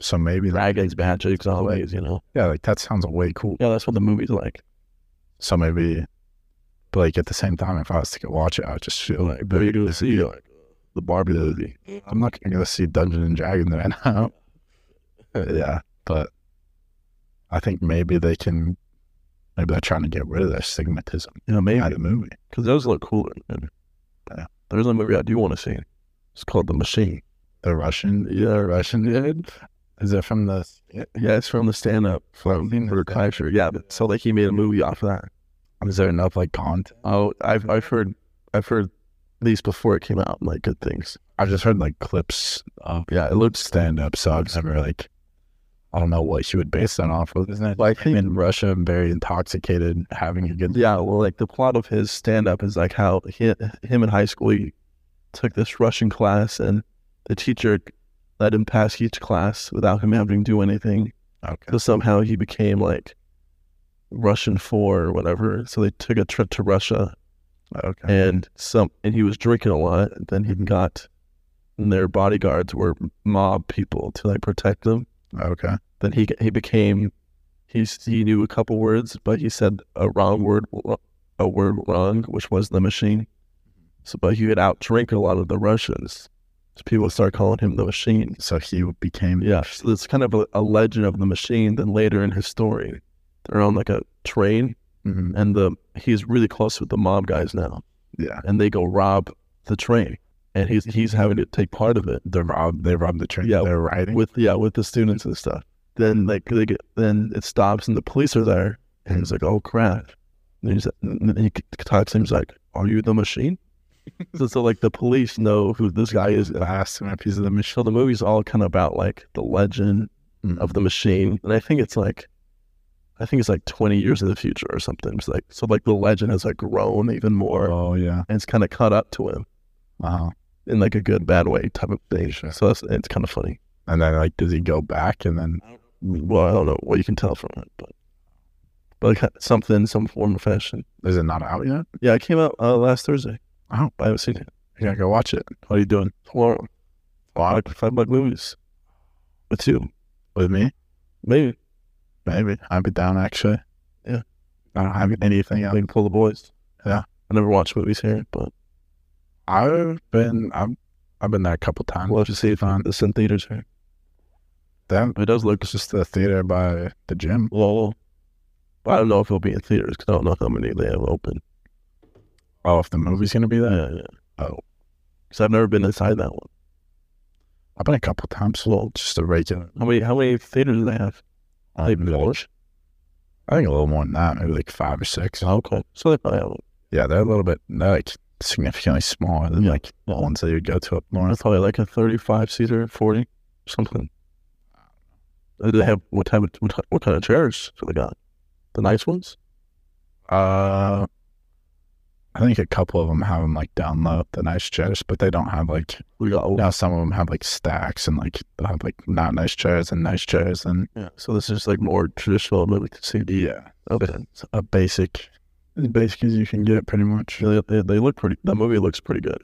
So maybe that, dragons, magics, all ways, you know. yeah, like that sounds way cool. Yeah, that's what the movie's like. So maybe, but like at the same time, if I was to go watch it, I would just feel like, Like, but you do see like the Barbie movie. I'm not gonna go see Dungeon and Dragons right now. yeah, but I think maybe they can. Maybe they're trying to get rid of their stigmatism Yeah, out maybe of the movie. because those look cooler. And Yeah. There's a movie I do want to see. It's called The Machine. The Russian, Yeah, the Russian dude, is it from the? yeah, it's from the stand-up from Seen for that. Kreischer. Yeah, but, so like he made a movie off of that. Is there enough like content? Oh, I've I've heard I've heard these before it came out. Like good things. I've just heard like clips of Yeah, it looks stand up, so I've never like. I don't know what she would base that off of. Isn't that Well, I like him think- in Russia, very intoxicated, having a good? Yeah, well, like the plot of his stand up is like how he, him in high school he took this Russian class and the teacher let him pass each class without him having to do anything. Okay. So somehow he became like Russian four or whatever. So they took a trip to Russia Okay. and some and he was drinking a lot. And then he Mhm. got and their bodyguards were mob people to like protect them. Okay. Then he he became he's he knew a couple words, but he said a wrong word a word wrong, which was the machine. So, but he would outdrink a lot of the Russians. So people start calling him the machine. So he became Yeah, so it's kind of a, a legend of the machine. Then later in his story, they're on like a train, Mhm. and the he's really close with the mob guys now, yeah. and they go rob the train, and he's he's having to take part of it They robbed they robbed the train. Yeah, They're riding. with yeah with the students and stuff. Then like they get, then it stops and the police are there, and he's like, oh crap. And, he's, and then he talks to him. He's like, are you the machine? so, so like the police know who this guy is. I asked him if he's the machine. So the movie's all kind of about like the legend Mm. of the machine and i think it's like i think it's like 20 years in the future or something it's like so like the legend has like grown even more Oh yeah. and it's kind of caught up to him Wow. in like a good bad way type of thing Sure. so that's, it's kind of funny And then like does he go back and then well i don't know what you can tell from it but but like something some form of fashion is it not out yet? yeah it came out uh, last thursday Oh. i haven't seen it You gotta go watch it. what are you doing tomorrow Lot like five buck movies with two with me? maybe Maybe. I'd be down actually. Yeah. I don't have anything else. we can pull the boys Yeah. i never watch movies here but I've been I've I've been there a couple times. we'll have to see if fun. it's in theaters here That it does look it's just the theater by the gym. Well, I don't know if it'll be in theaters because I don't know how many they have open. Oh, if the movie's gonna be there? Yeah, yeah. Oh. because I've never been inside that one. I've been a couple times. Well, just a regular. How many how many theaters do they have? They um, I think a little more than that, maybe like five or six. Okay, so they probably have. Yeah, they're a little bit they're like significantly smaller than Yeah. like the ones that you would go to up north. That's probably like a thirty-five seater, forty something. Uh, Do they have what type of what, ti- what kind of chairs do they got? The nice ones. Uh, I think a couple of them have them like down low, the nice chairs, but they don't have like. We got Now some of them have like stacks and like they have like not nice chairs and nice chairs and yeah. So this is like more traditional movie to see. yeah, Okay. So, a basic, as basic as you can get, pretty much. they, they, they look pretty. That movie looks pretty good.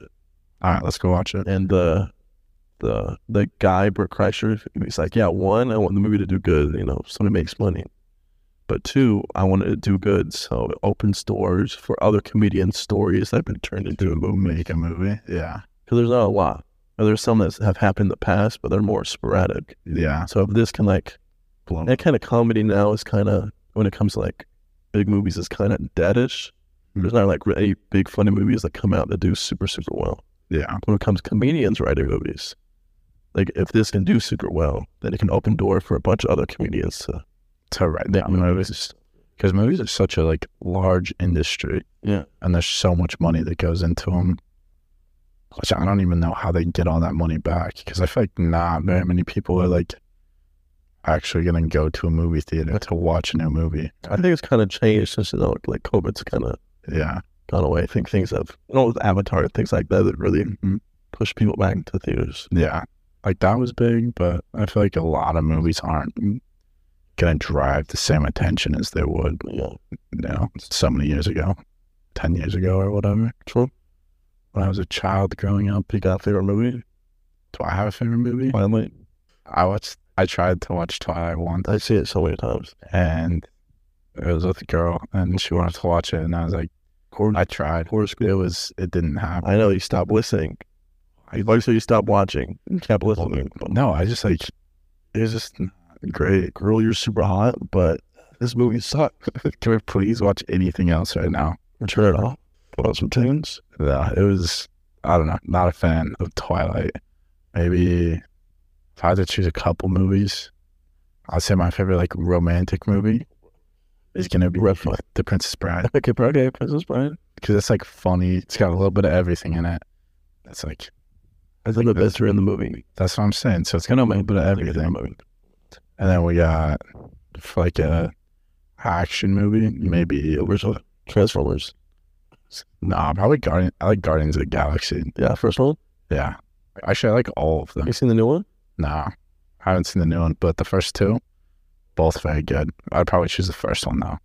All right, let's go watch it. and the the the guy Bert Kreischer, he's like, yeah, one, I want the movie to do good, you know, so it makes money. But two, I want it to do good, so it opens doors for other comedians' stories that have been turned into a movie. Make a movie. Yeah, Because there's not a lot. Or there's some that have happened in the past, but they're more sporadic. yeah. So if this can like Blow. that kind of comedy now is kind of when it comes to like big movies is kind of deadish. There's not like really big funny movies that come out that do super super well Yeah, when it comes to comedians writing movies. Like if this can do super well, then it can open door for a bunch of other comedians to to write make down movies movies. because movies are such a like large industry. Yeah. and there's so much money that goes into them. Which I don't even know how they get all that money back because I feel like not very many people are like actually going to go to a movie theater to watch a new movie. I think it's kind of changed since you know, like COVID's kind of Yeah, gone away. I think things have, you know, with Avatar and things like that, that really Mhm. push people back to theaters. yeah, like that was big, but I feel like a lot of movies aren't going to drive the same attention as they would, Yeah, you know, so many years ago, ten years ago or whatever. true. When I was a child growing up, You got a favorite movie? do I have a favorite movie? Twilight. I watched. I tried to watch Twilight once. I see it so many times. and it was with a girl and she wanted to watch it and I was like Cord- I tried. Cord It School. was it didn't happen. I know you stopped listening. I like so you stopped watching. You kept listening. But No, I just like it was just not great. girl, you're super hot, but this movie sucks. Can we please watch anything else right now? Turn it off. Put on some tunes. Yeah, it was I don't know, not a fan of Twilight. Maybe if I had to choose a couple movies, I'd say my favorite like romantic movie is gonna be Red Flag. The Princess Bride. Okay, bro, okay, Princess Bride. Because it's like funny. It's got a little bit of everything in it. That's like I think the best are in the movie. that's what I'm saying. So it's gonna have a little bit of everything. And then we got for like a action movie, maybe Original Transformers. nah, probably Guardian. I like Guardians of the Galaxy. Yeah, first one. Yeah, actually, I like all of them. You seen the new one? Nah, I haven't seen the new one, but the first two, both very good. I'd probably choose the first one though.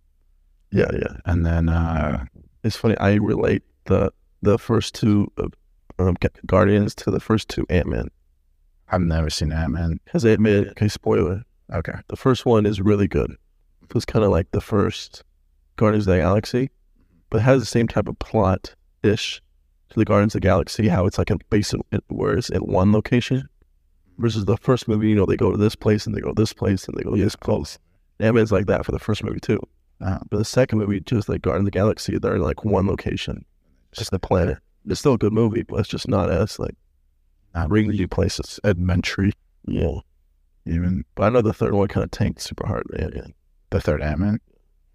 Yeah, yeah. And then, uh, It's funny. I relate the the first two uh, um, Gu- Guardians to the first two Ant Man I've never seen Ant Man. because Ant Man. Okay, spoiler. Okay. The first one is really good. It was kind of like the first Guardians of the Galaxy, but it has the same type of plot ish to the Guardians of the Galaxy. How it's like a base in, where it's in one location versus the first movie. You know, they go to this place and they go to this place and they go to this place. Ant Man's like that for the first movie too. Uh, But the second movie, just like Guardians of the Galaxy, they're in like one location, just the planet. It's still a good movie, but it's just not as like Not bringing you places. adventure, Yeah, even but I know the third one kind of tanked super hard. Yeah, yeah. the third Ant Man.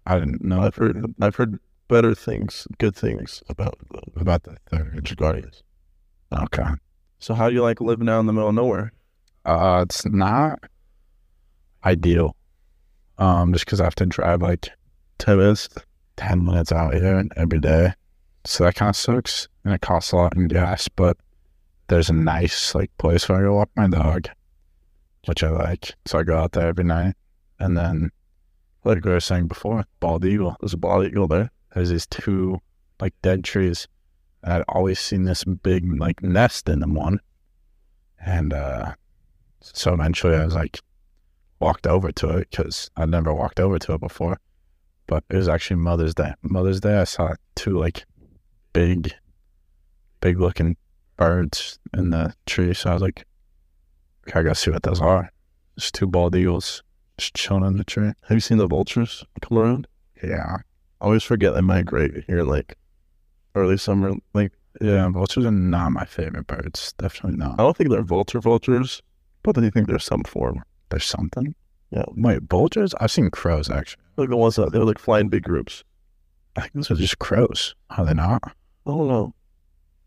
I didn't know I've heard I've heard better things, good things about the about the third. Guardians. Okay. So how do you like living out in the middle of nowhere? Uh, it's not ideal. Um, just because I have to drive like Ten minutes. 10 minutes out here every day. So that kind of sucks. And it costs a lot in gas, but there's a nice like place where I go walk my dog, which I like. So I go out there every night. And then, like we were saying before, bald eagle. There's a bald eagle there. There's these two like dead trees. And I'd always seen this big like nest in them one. And uh, so eventually I was like walked over to it because I'd never walked over to it before. But it was actually Mother's Day. Mother's Day, I saw two like big, big looking birds in the tree. So I was like, okay, I gotta see what those are. It's two bald eagles just chilling in the tree. Have you seen the vultures come around? Yeah. I always forget they migrate here, like early summer. Like Yeah, vultures are not my favorite birds. Definitely not. I don't think they're vulture vultures, but I do think there's some form. There's something. Yeah. Wait, vultures? I've seen crows actually. Like the ones that they're like flying big groups. I think those are just crows. Are they not? I don't know.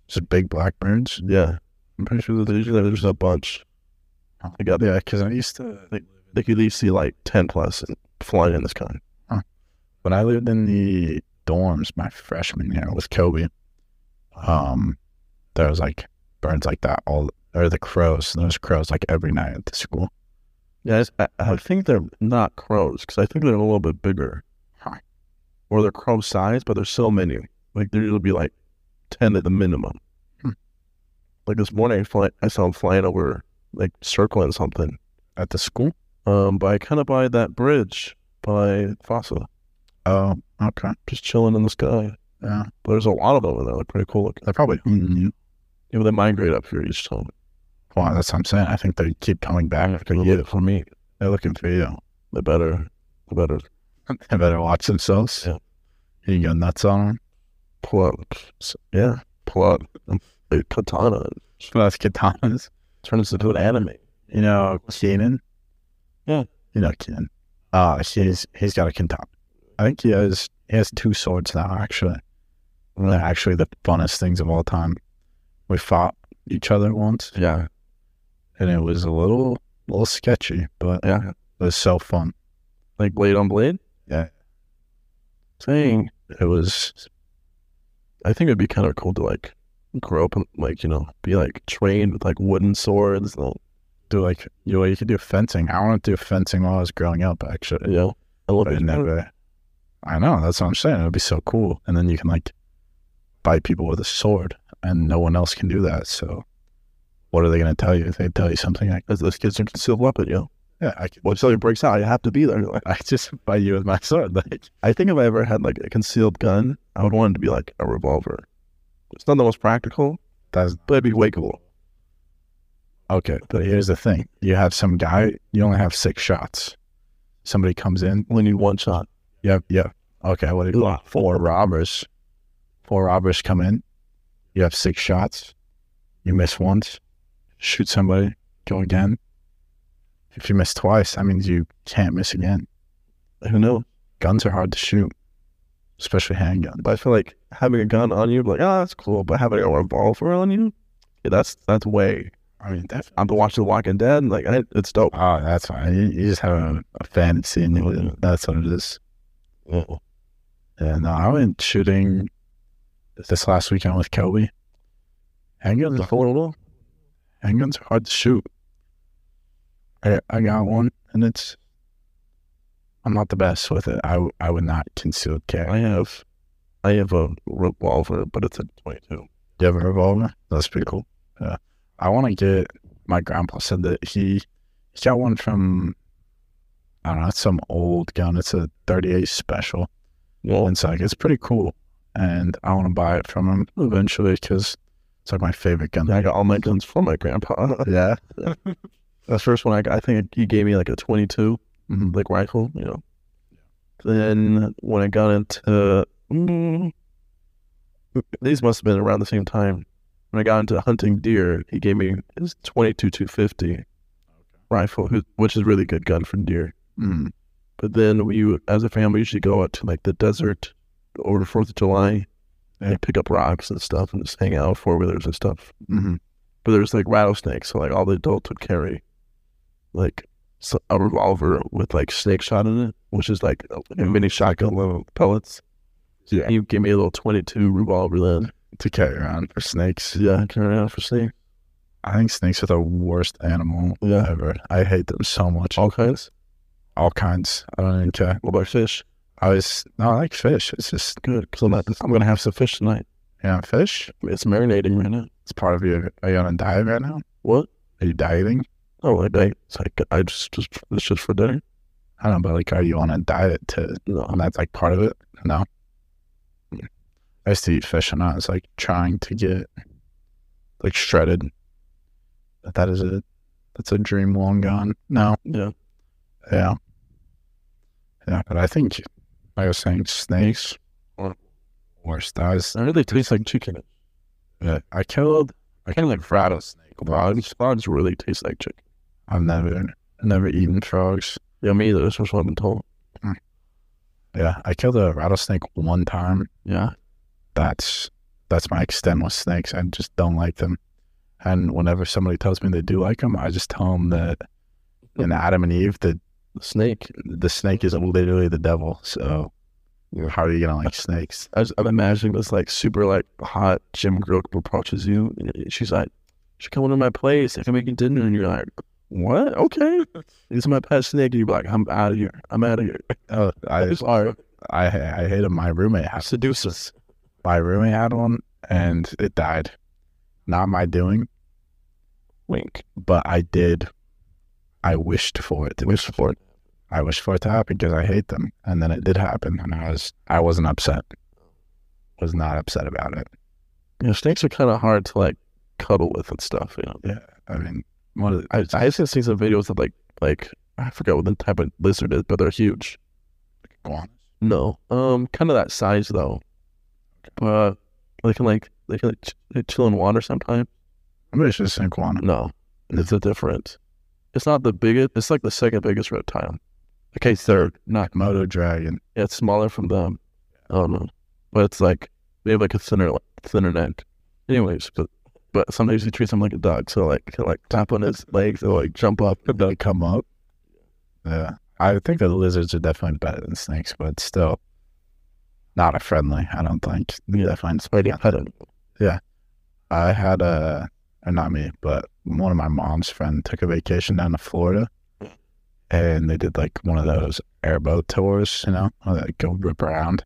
Just big blackbirds. Yeah, I'm pretty sure that there's usually there's a bunch. I got Yeah, because I used to They could at least see like ten plus and flying in the sky. when I lived in the dorms my freshman year with Kobe. Um, there was like birds like that all, or the crows. There was crows like every night at the school. Yeah, I s- I, I think they're not crows because I think they're a little bit bigger, Huh. or they're crow size, but there's so many. Like there will be like ten at the minimum. Hmm. Like this morning, I, fly, I saw them flying over, like circling something, At the school? um, by kind of by that bridge by Fossa, Oh, okay. just chilling in the sky. Yeah, But there's a lot of them in there. They're pretty cool looking. they're probably hunting you. Yeah, but they migrate up here each time. Mm-hmm. Wow, that's what I'm saying. I think they keep coming back for They're you. looking for me. They're looking for you. The better, the better They better watch themselves. Yeah. You can go nuts on them. plot. So, yeah, plot. Um, A katana That's katanas. turns into an anime. You know Keenan? Yeah. You know Keenan. Uh he's he's got a katana. I think he has he has two swords now actually. And they're actually the funnest things of all time. We fought each other once Yeah, and it was a little little sketchy, but yeah. it was so fun. Like blade on blade. Yeah. Dang. It was I think it'd be kind of cool to like grow up and like you know be like trained with like wooden swords. And, all- do like you know, you could do fencing. I wanted to do fencing while I was growing up actually. you know, I love but it it. never. I know that's what I'm saying. It would be so cool, and then you can like bite people with a sword, and no one else can do that. So, what are they going to tell you? They tell you something like, As this kid's a concealed weapon, you know. "Yeah, I could, Well, if something breaks out, you have to be there. Like, I just bite you with my sword." Like, I think if I ever had like a concealed gun, I would want it to be like a revolver. It's not the most practical, that's but it'd be way cool. okay. But here's the thing: you have some guy. You only have six shots. Somebody comes in. Only need one shot. Yep, yep. Okay, what do you? Four robbers. Four robbers come in. You have six shots. You miss once, shoot somebody, go again. If you miss twice, that means you can't miss again. Who knows? Guns are hard to shoot, especially handguns. But I feel like having a gun on you, like, oh, that's cool. But having a revolver on you, yeah, that's that's way. I mean, definitely. I'm watching The Walking Dead, like, I, it's dope. Oh, that's fine. You, you just have a, a fantasy, and Yeah. you, that's what it is. And uh, I went shooting this last weekend with Kobe. Handguns, phone I, I got one, and it's. I'm not the best with it. I, w- I would not concealed carry. I have, I have a revolver, but it's a twenty-two. Do you have a revolver? That's pretty cool. Yeah. I want to get. My grandpa said that he, he got one from. I don't know. It's some old gun. It's a 38 special. Well, It's like it's pretty cool, and I want to buy it from him eventually because it's like my favorite gun. I got all my guns from my grandpa. Yeah. the first one I got, I think he gave me like a 22, Mhm. like rifle, you know. Then when I got into mm, these must have been around the same time. When I got into hunting deer, he gave me his 22 250 rifle, who- which is a really good gun for deer. Mm. But then we, would- as a family, usually go out to like the desert over the 4th of July Yeah. and pick up rocks and stuff and just hang out, four wheelers and stuff hmm but there's like rattlesnakes. So like all the adults would carry like s- a revolver with like snake shot in it, which is like a mini shotgun level pellets. Yeah. You give me a little 22 revolver then. To carry around for snakes. Yeah, turn around for snake. I think snakes are the worst animal Yeah. ever. I hate them so much. All, All kinds. kinds. I don't even care. What about fish? I was no, I like fish. It's just Good, because I'm, not- I'm going to have some fish tonight. yeah, fish. It's marinating right now. It's part of your. Are you on a diet right now? What? Are you dieting? Oh, like I, it's like I just, just it's just for dinner. I don't know, but like, are you on a diet to? No, And that's like part of it. No. I used to eat fish, and I was like trying to get like shredded. But that is a that's a dream long gone. No. yeah, Yeah. Yeah, but I think I was saying snakes or worse. That was I know they taste like chicken. uh, I killed I killed Kind of like like rattlesnake frogs. Frogs, frogs really taste like chicken. I've never never eaten frogs. Yeah, me either. That's what I've been told. Yeah, I killed a rattlesnake one time. Yeah, That's that's my extent with snakes. I just don't like them. And whenever somebody tells me they do like them, I just tell them that in Adam and Eve, the the snake. the snake is literally the devil. So how are you gonna like snakes? I was, I'm imagining this like super like hot gym girl approaches you. And she's like, "She's coming to my place. I can make you dinner." And you're like, "What? Okay, this is my pet snake." And you're like, "I'm out of here. I'm out of here." Oh, I I'm sorry, I I hate 'em. My roommate has seducers. my roommate had one and it died. Not my doing, Wink. but I did. I wished for it. To wish for it. I wished for it to happen because I hate them, and then it did happen, and I was I wasn't upset. Was not upset about it. You know, snakes are kind of hard to like cuddle with and stuff. You know, I mean, what is, I I just seen some videos of like like I forgot what the type of lizard is, but they're huge. iguanas? No, um, kind of that size though. But they can like they can like ch- they chill in water sometimes. I'm pretty sure it's an iguana. No, it's a different. It's not the biggest. It's like the second biggest reptile. Okay, third. Not Komodo dragon. it's smaller from them. I don't know, but it's like they have like a thinner thinner neck. Anyways, but but sometimes you treat them like a dog, so like kinda, like tap on his legs or like jump up. They come up. Yeah, I think that lizards are definitely better than snakes, but still, not a friendly. I don't think. Yeah. Definitely Right, yeah, I don't- I had a, or not me, but one of my mom's friend took a vacation down to Florida, and they did like one of those airboat tours, you know, where they go rip around,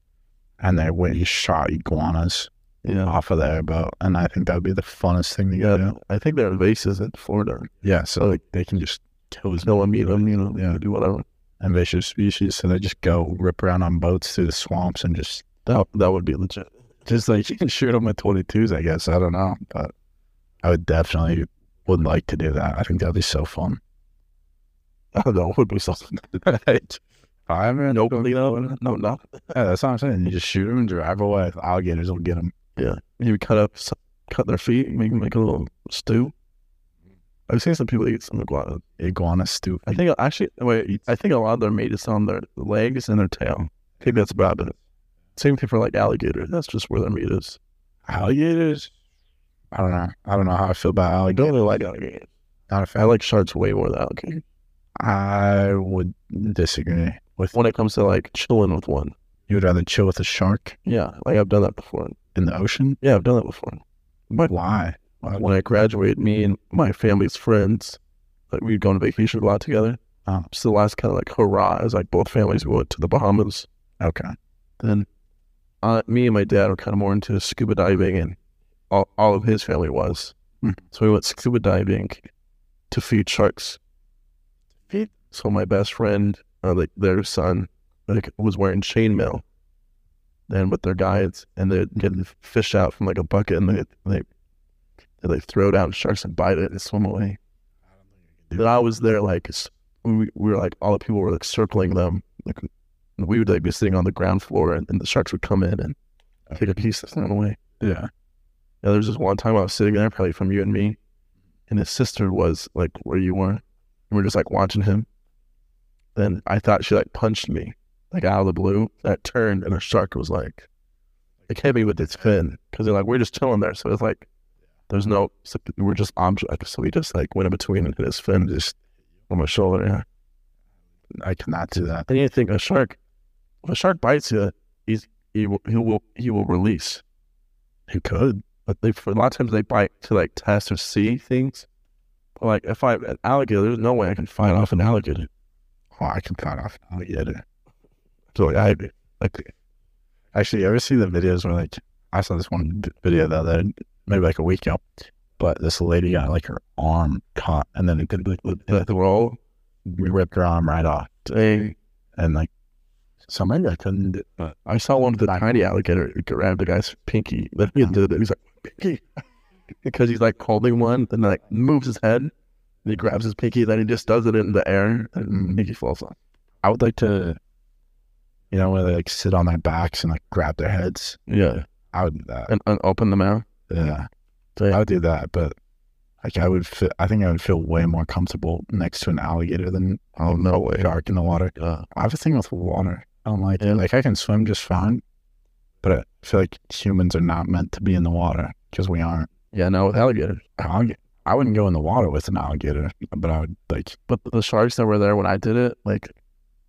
and they went and shot iguanas Yeah, off of the airboat, and I think that would be the funnest thing to yeah. do. I think they're invasive in Florida. Yeah, so like they can just kill as No one meet them, you know. Yeah. do whatever. invasive species, so they just go rip around on boats through the swamps and just That that would be legit. just like you can shoot them with 22s, I guess. I don't know, but I would definitely would like to do that. I think that'd be so fun. I don't know. Would be something. Fireman? Nope. You know, no, no. Yeah, that's what I'm saying. You just shoot them and drive away. Alligators will get them. You cut up, s- cut their feet, make make a little stew. I've seen some people eat some iguana. Iguana stew. I think actually, wait, I think a lot of their meat is on their legs and their tail. I think that's about it. Same thing for like alligators. That's just where their meat is. alligators. I don't know. I don't know how I feel about I don't alligators. really like alligators. Not a I fan. like sharks way more than alligators. I would disagree with. When it comes to like chilling with one, You would rather chill with a shark yeah, like I've done that before. in the ocean. Yeah, I've done that before. But why? Why would- When I graduated, me and my family's friends Like we'd go on vacation a lot together. Oh. Um, So the last kind of like hurrah is like both families went to the Bahamas. Okay. Then uh, me and my dad were kind of more into scuba diving, and all, all of his family was. Hmm. So we went scuba diving to feed sharks. Feed- So my best friend, uh, like their son, like was wearing chainmail, and with their guides, and they're getting fish out from like a bucket, and they they they like throw down sharks and bite it and swim away. Then I was there like s- we, we were like all the people were like circling them, like and we would like be sitting on the ground floor, and, and the sharks would come in and take a piece of them away. Yeah. Yeah, there was this one time I was sitting there, probably from you and me, and his sister was like where you were, and we are just like watching him. Then I thought she like punched me, like out of the blue. I turned and a shark was like, it hit me with its fin because they're like we're just chilling there, so it's like there's no so we're just object. So we just like went in between and hit his fin just on my shoulder. Yeah, I cannot do that. and you think a shark, if a shark bites you, he's he will he will he will release. You could. but they for a lot of times they bite to like test or see things. But like if I an alligator, there's no way I can fight off an alligator. Oh, I can cut off an alligator. So like I like Actually, you ever see the videos where like I saw this one v- video the other maybe like a week ago, but this lady got like her arm caught and then it could like with the, the roll, we ripped her arm right off dang. and like so maybe I couldn't. Do, I saw one of the tiny alligator grab the guy's pinky. Then he did it. He's like pinky, because he's like holding one, then like moves his head, and he grabs his pinky, then he just does it in the air, and pinky falls off. I would like to, you know, where they like sit on their backs and like grab their heads. Yeah, I would do that. and, and open the mouth. Yeah, Dang. I would do that, but like I would, feel, I think I would feel way more comfortable next to an alligator than Oh no way. a shark in the water. Uh, I have a thing with water. I don't like Yeah. it. Like I can swim just fine, but I feel like humans are not meant to be in the water because we aren't. yeah, no, with alligators. Allig- I wouldn't go in the water with an alligator, but I would like. but the sharks that were there when I did it, like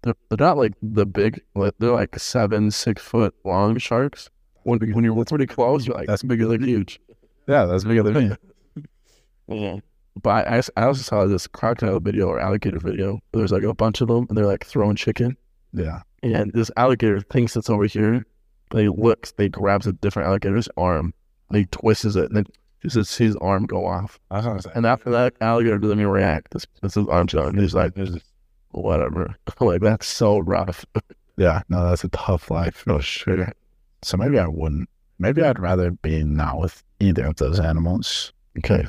they're, they're not like the big, like, they're like seven, six foot long sharks. When, when you're pretty close, you're like That's bigger than huge. Yeah, that's bigger than me. Yeah. Mm-hmm. But I, I also saw this crocodile video or alligator video. There's like a bunch of them, and they're like throwing chicken. Yeah, And this alligator thinks it's over here. But he looks, they grabs a different alligator's arm, and he twists it, and then just sees his arm go off. I was gonna say. And after that, alligator doesn't even react. This, this is arm shot. And he's like, whatever. like, that's so rough. Yeah, no, that's a tough life. Oh sure. So maybe I wouldn't. Maybe I'd rather be not with either of those animals. Okay.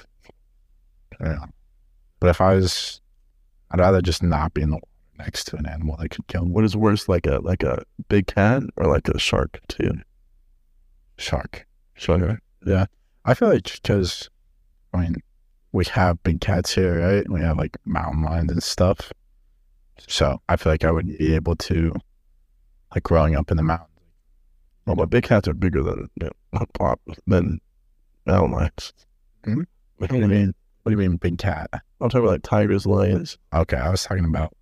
Yeah. But if I was, I'd rather just not be in the water next to an animal that could kill me. What is worse, like a like a big cat or like a shark too? Shark. Shark. I feel like because, I mean, we have big cats here, right? We have like mountain lions and stuff. So I feel like I would be able to, like growing up in the mountains. Well, but big cats are bigger than you know, pop than mountain lions. Hmm? What What do do you you mean? mean? What do you mean, big cat? I'm talking about like tigers, lions. Okay, I was talking about,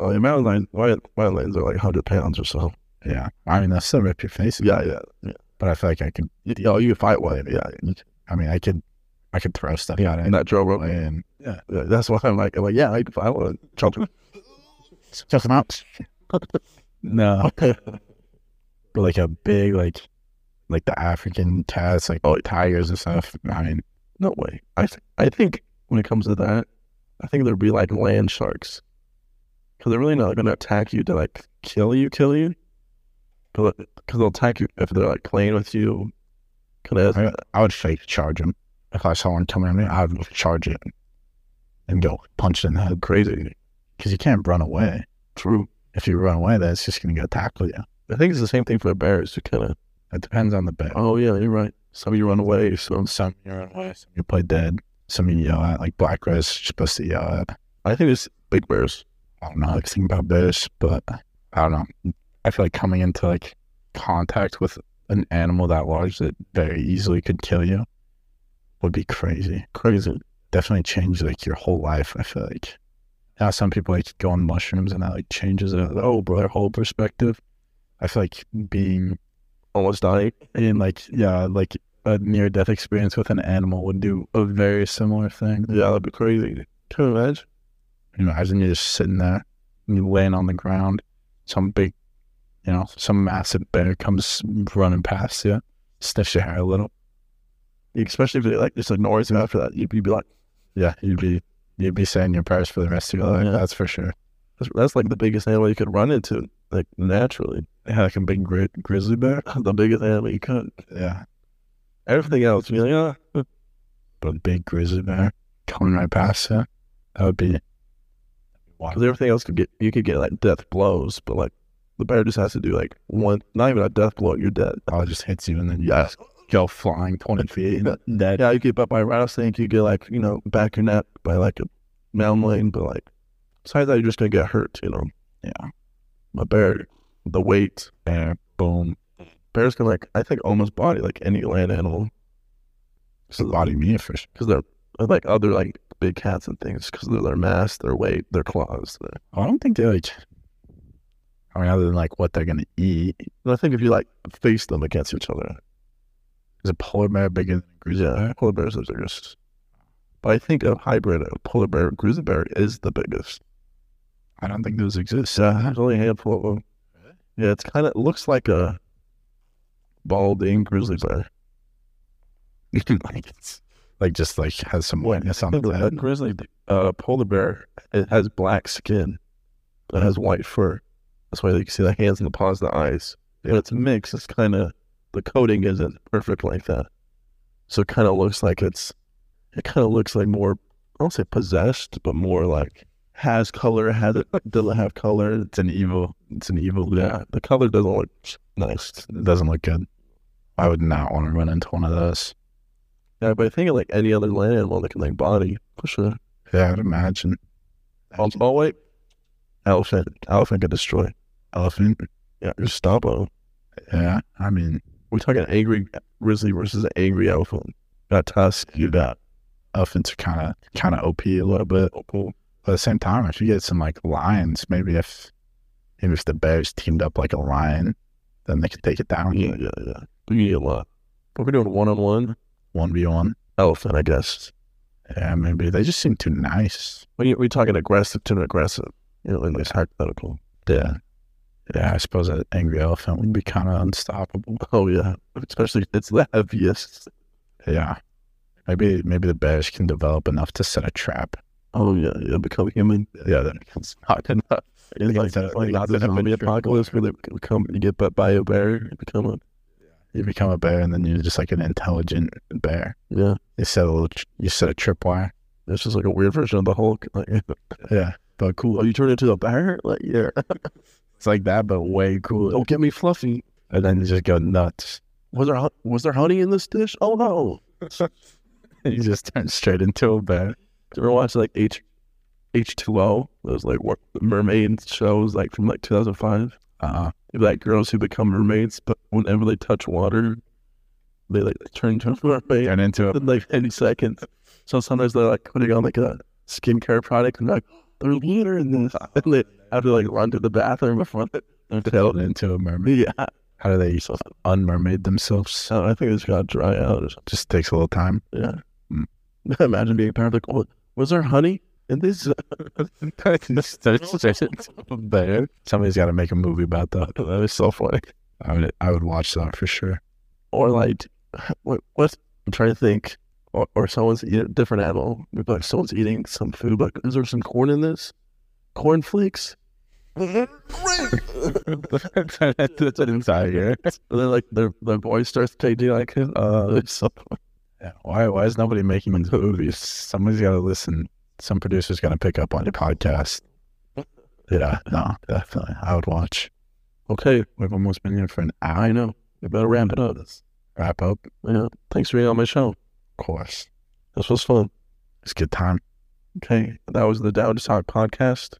Oh, yeah, mountain lions. Lion, mountain lions are like hundred pounds or so. yeah. I mean, they'll still rip your face. Yeah, yeah, yeah. But I feel like I could, You, oh, you could fight one. Yeah, yeah. I mean, I could, I could throw stuff at and it. that Joe Rogan. And Yeah, that's why I'm like, I'm like, yeah, I could fight one. Chomp. just them out. no, but like a big, like, like the African cats, like oh, tigers and stuff. I mean, no way. I th- I think when it comes to that, I think there'd be like land sharks, because they're really not going to attack you to like kill you, kill you, because they'll attack you if they're like playing with you. Cause I, I would fake charge him. If I saw one coming at me, I would charge it and go punch it in the head. crazy. Because you can't run away. True. If you run away, that's just going to go tackle you. I think it's the same thing for bears. You kind of. It depends on the bear. Oh yeah, you're right. Some you run away. Some. Some you run away, some you play dead, some you yell at. Like black bears, you're supposed to yell at. I think it's big bears. I don't know like think about bears, but I don't know. I feel like coming into like contact with an animal that large that very easily could kill you would be crazy. Crazy. definitely change like your whole life. I feel like now some people like go on mushrooms and that like changes their, oh, bro, their whole perspective. I feel like being Almost dying. in like yeah, like a near death experience with an animal would do a very similar thing. Yeah, that'd be crazy. Can you imagine? You know, imagine you're just sitting there and you're laying on the ground. Some big, you know, some massive bear comes running past you, sniffs your hair a little. Especially if they like just ignores you after that, you'd, you'd be like, Yeah, you'd be you'd be saying your prayers for the rest of your life. Yeah. That's for sure. that's, that's like the biggest animal you could run into, like naturally. Yeah, like a big gri- grizzly bear. The biggest animal you could. Yeah, Everything else, you'd be like, ah, but a big grizzly bear coming right past you. That would be. because everything else could get you could get like death blows, but like the bear just has to do like one, not even a death blow, you're dead. Oh, it just hits you and then you just go flying twenty feet. And dead. Yeah, you get bit by a rattlesnake, you get like you know back your neck by like a mountain lion, but like besides that, you're just gonna get hurt, you know. Yeah. my bear, the weight, Bear, boom, bears can like I think almost body like any land animal it's a body me for sure. because they're like other like big cats and things because of their mass, their weight, their claws. I don't think they like. I mean, other than like what they're gonna eat, And I think if you like face them against each other, is a polar bear bigger than a grizzly yeah, bear? polar bears are the biggest. But I think a hybrid of polar bear and grizzly bear is the biggest. I don't think those exist. Yeah, there's only a handful of them. Really? Yeah, it's kind of it looks like a balding grizzly bear. like it's like just like has some whiteness on the a head. grizzly uh, polar bear it has black skin, but it has white fur. That's why you can see the hands and the paws, and the eyes. When it's mixed, it's kind of the coating isn't perfect like that, so it kind of looks like it's it kind of looks like more I don't say possessed, but more like has color, has it doesn't have color. It's an evil. It's an evil. Yeah, the color doesn't look nice. It doesn't look good. I would not want to run into one of those. Yeah, but I think like any other land animal that can like body push a Yeah, I'd imagine. oh, oh wait, elephant elephant can destroy. Elephant. Yeah, just stomp on. 'em. Yeah, I mean, We're talking angry grizzly versus an angry elephant. Got tusk, you got elephants are kind of kind of op a little bit. opal. But at the same time, if you get some like lions, maybe if maybe if the bears teamed up like a lion, then they could take it down. Yeah, yeah, yeah. We need a lot. But we're doing one on one One v one. elephant, I guess. Yeah, maybe they just seem too nice. We we're talking aggressive to an aggressive. You know, in this hypothetical. Yeah. Yeah, I suppose an angry elephant would be kind of unstoppable. Oh yeah, especially if it's the heaviest. Yeah. Maybe maybe the bears can develop enough to set a trap. Oh yeah, yeah. Become human. Yeah, then it's not enough. It's like, Instead of- like not the instead of zombie being sure- apocalypse where they become you get bit by a bear, you become a You become a bear, and then you're just like an intelligent bear. yeah. You set a little, tr- you set a tripwire. It's just like a weird version of the Hulk. Like, Yeah, but oh, cool. you turn into a bear? Like, yeah. It's like that, but way cooler. Don't get me fluffy. And then you just go nuts. Was there hon- was there honey in this dish? Oh no. You just turn straight into a bear. Did you ever watch like H H two O? Those like what mermaid shows like from like two thousand five. Uh, If like girls who become mermaids, but whenever they touch water, they like turn into a mermaid turn into a in like any seconds. So sometimes they're like putting on like a skincare product and they're like there's water in this. And they have to like run to the bathroom before they- they're turn telling it. into a mermaid. Yeah. How do they unmermaid themselves? So I think it's got to dry out or something. Just takes a little time. Yeah. Hmm. Imagine being parent like, oh, was there honey in this? Just turn straight into a bear. Somebody's got to make a movie about that. that is so funny. I would, I would watch that for sure. Or like, what? what? I'm trying to think. Or, or someone's eating a different animal. Maybe like someone's eating some food, but is there some corn in this? Corn flakes? That's an entire. And then like their their voice starts changing like, uh, so, Yeah, why why is nobody making these movies? Somebody's got to listen. Some producer's going to pick up on your podcast. Yeah, no, definitely. I would watch. okay, We've almost been here for an hour. I know. We better wrap it up. Wrap up, Yeah. Thanks for being on my show. of course. This was fun. It's a good time. Okay, that was the Down to Talk podcast.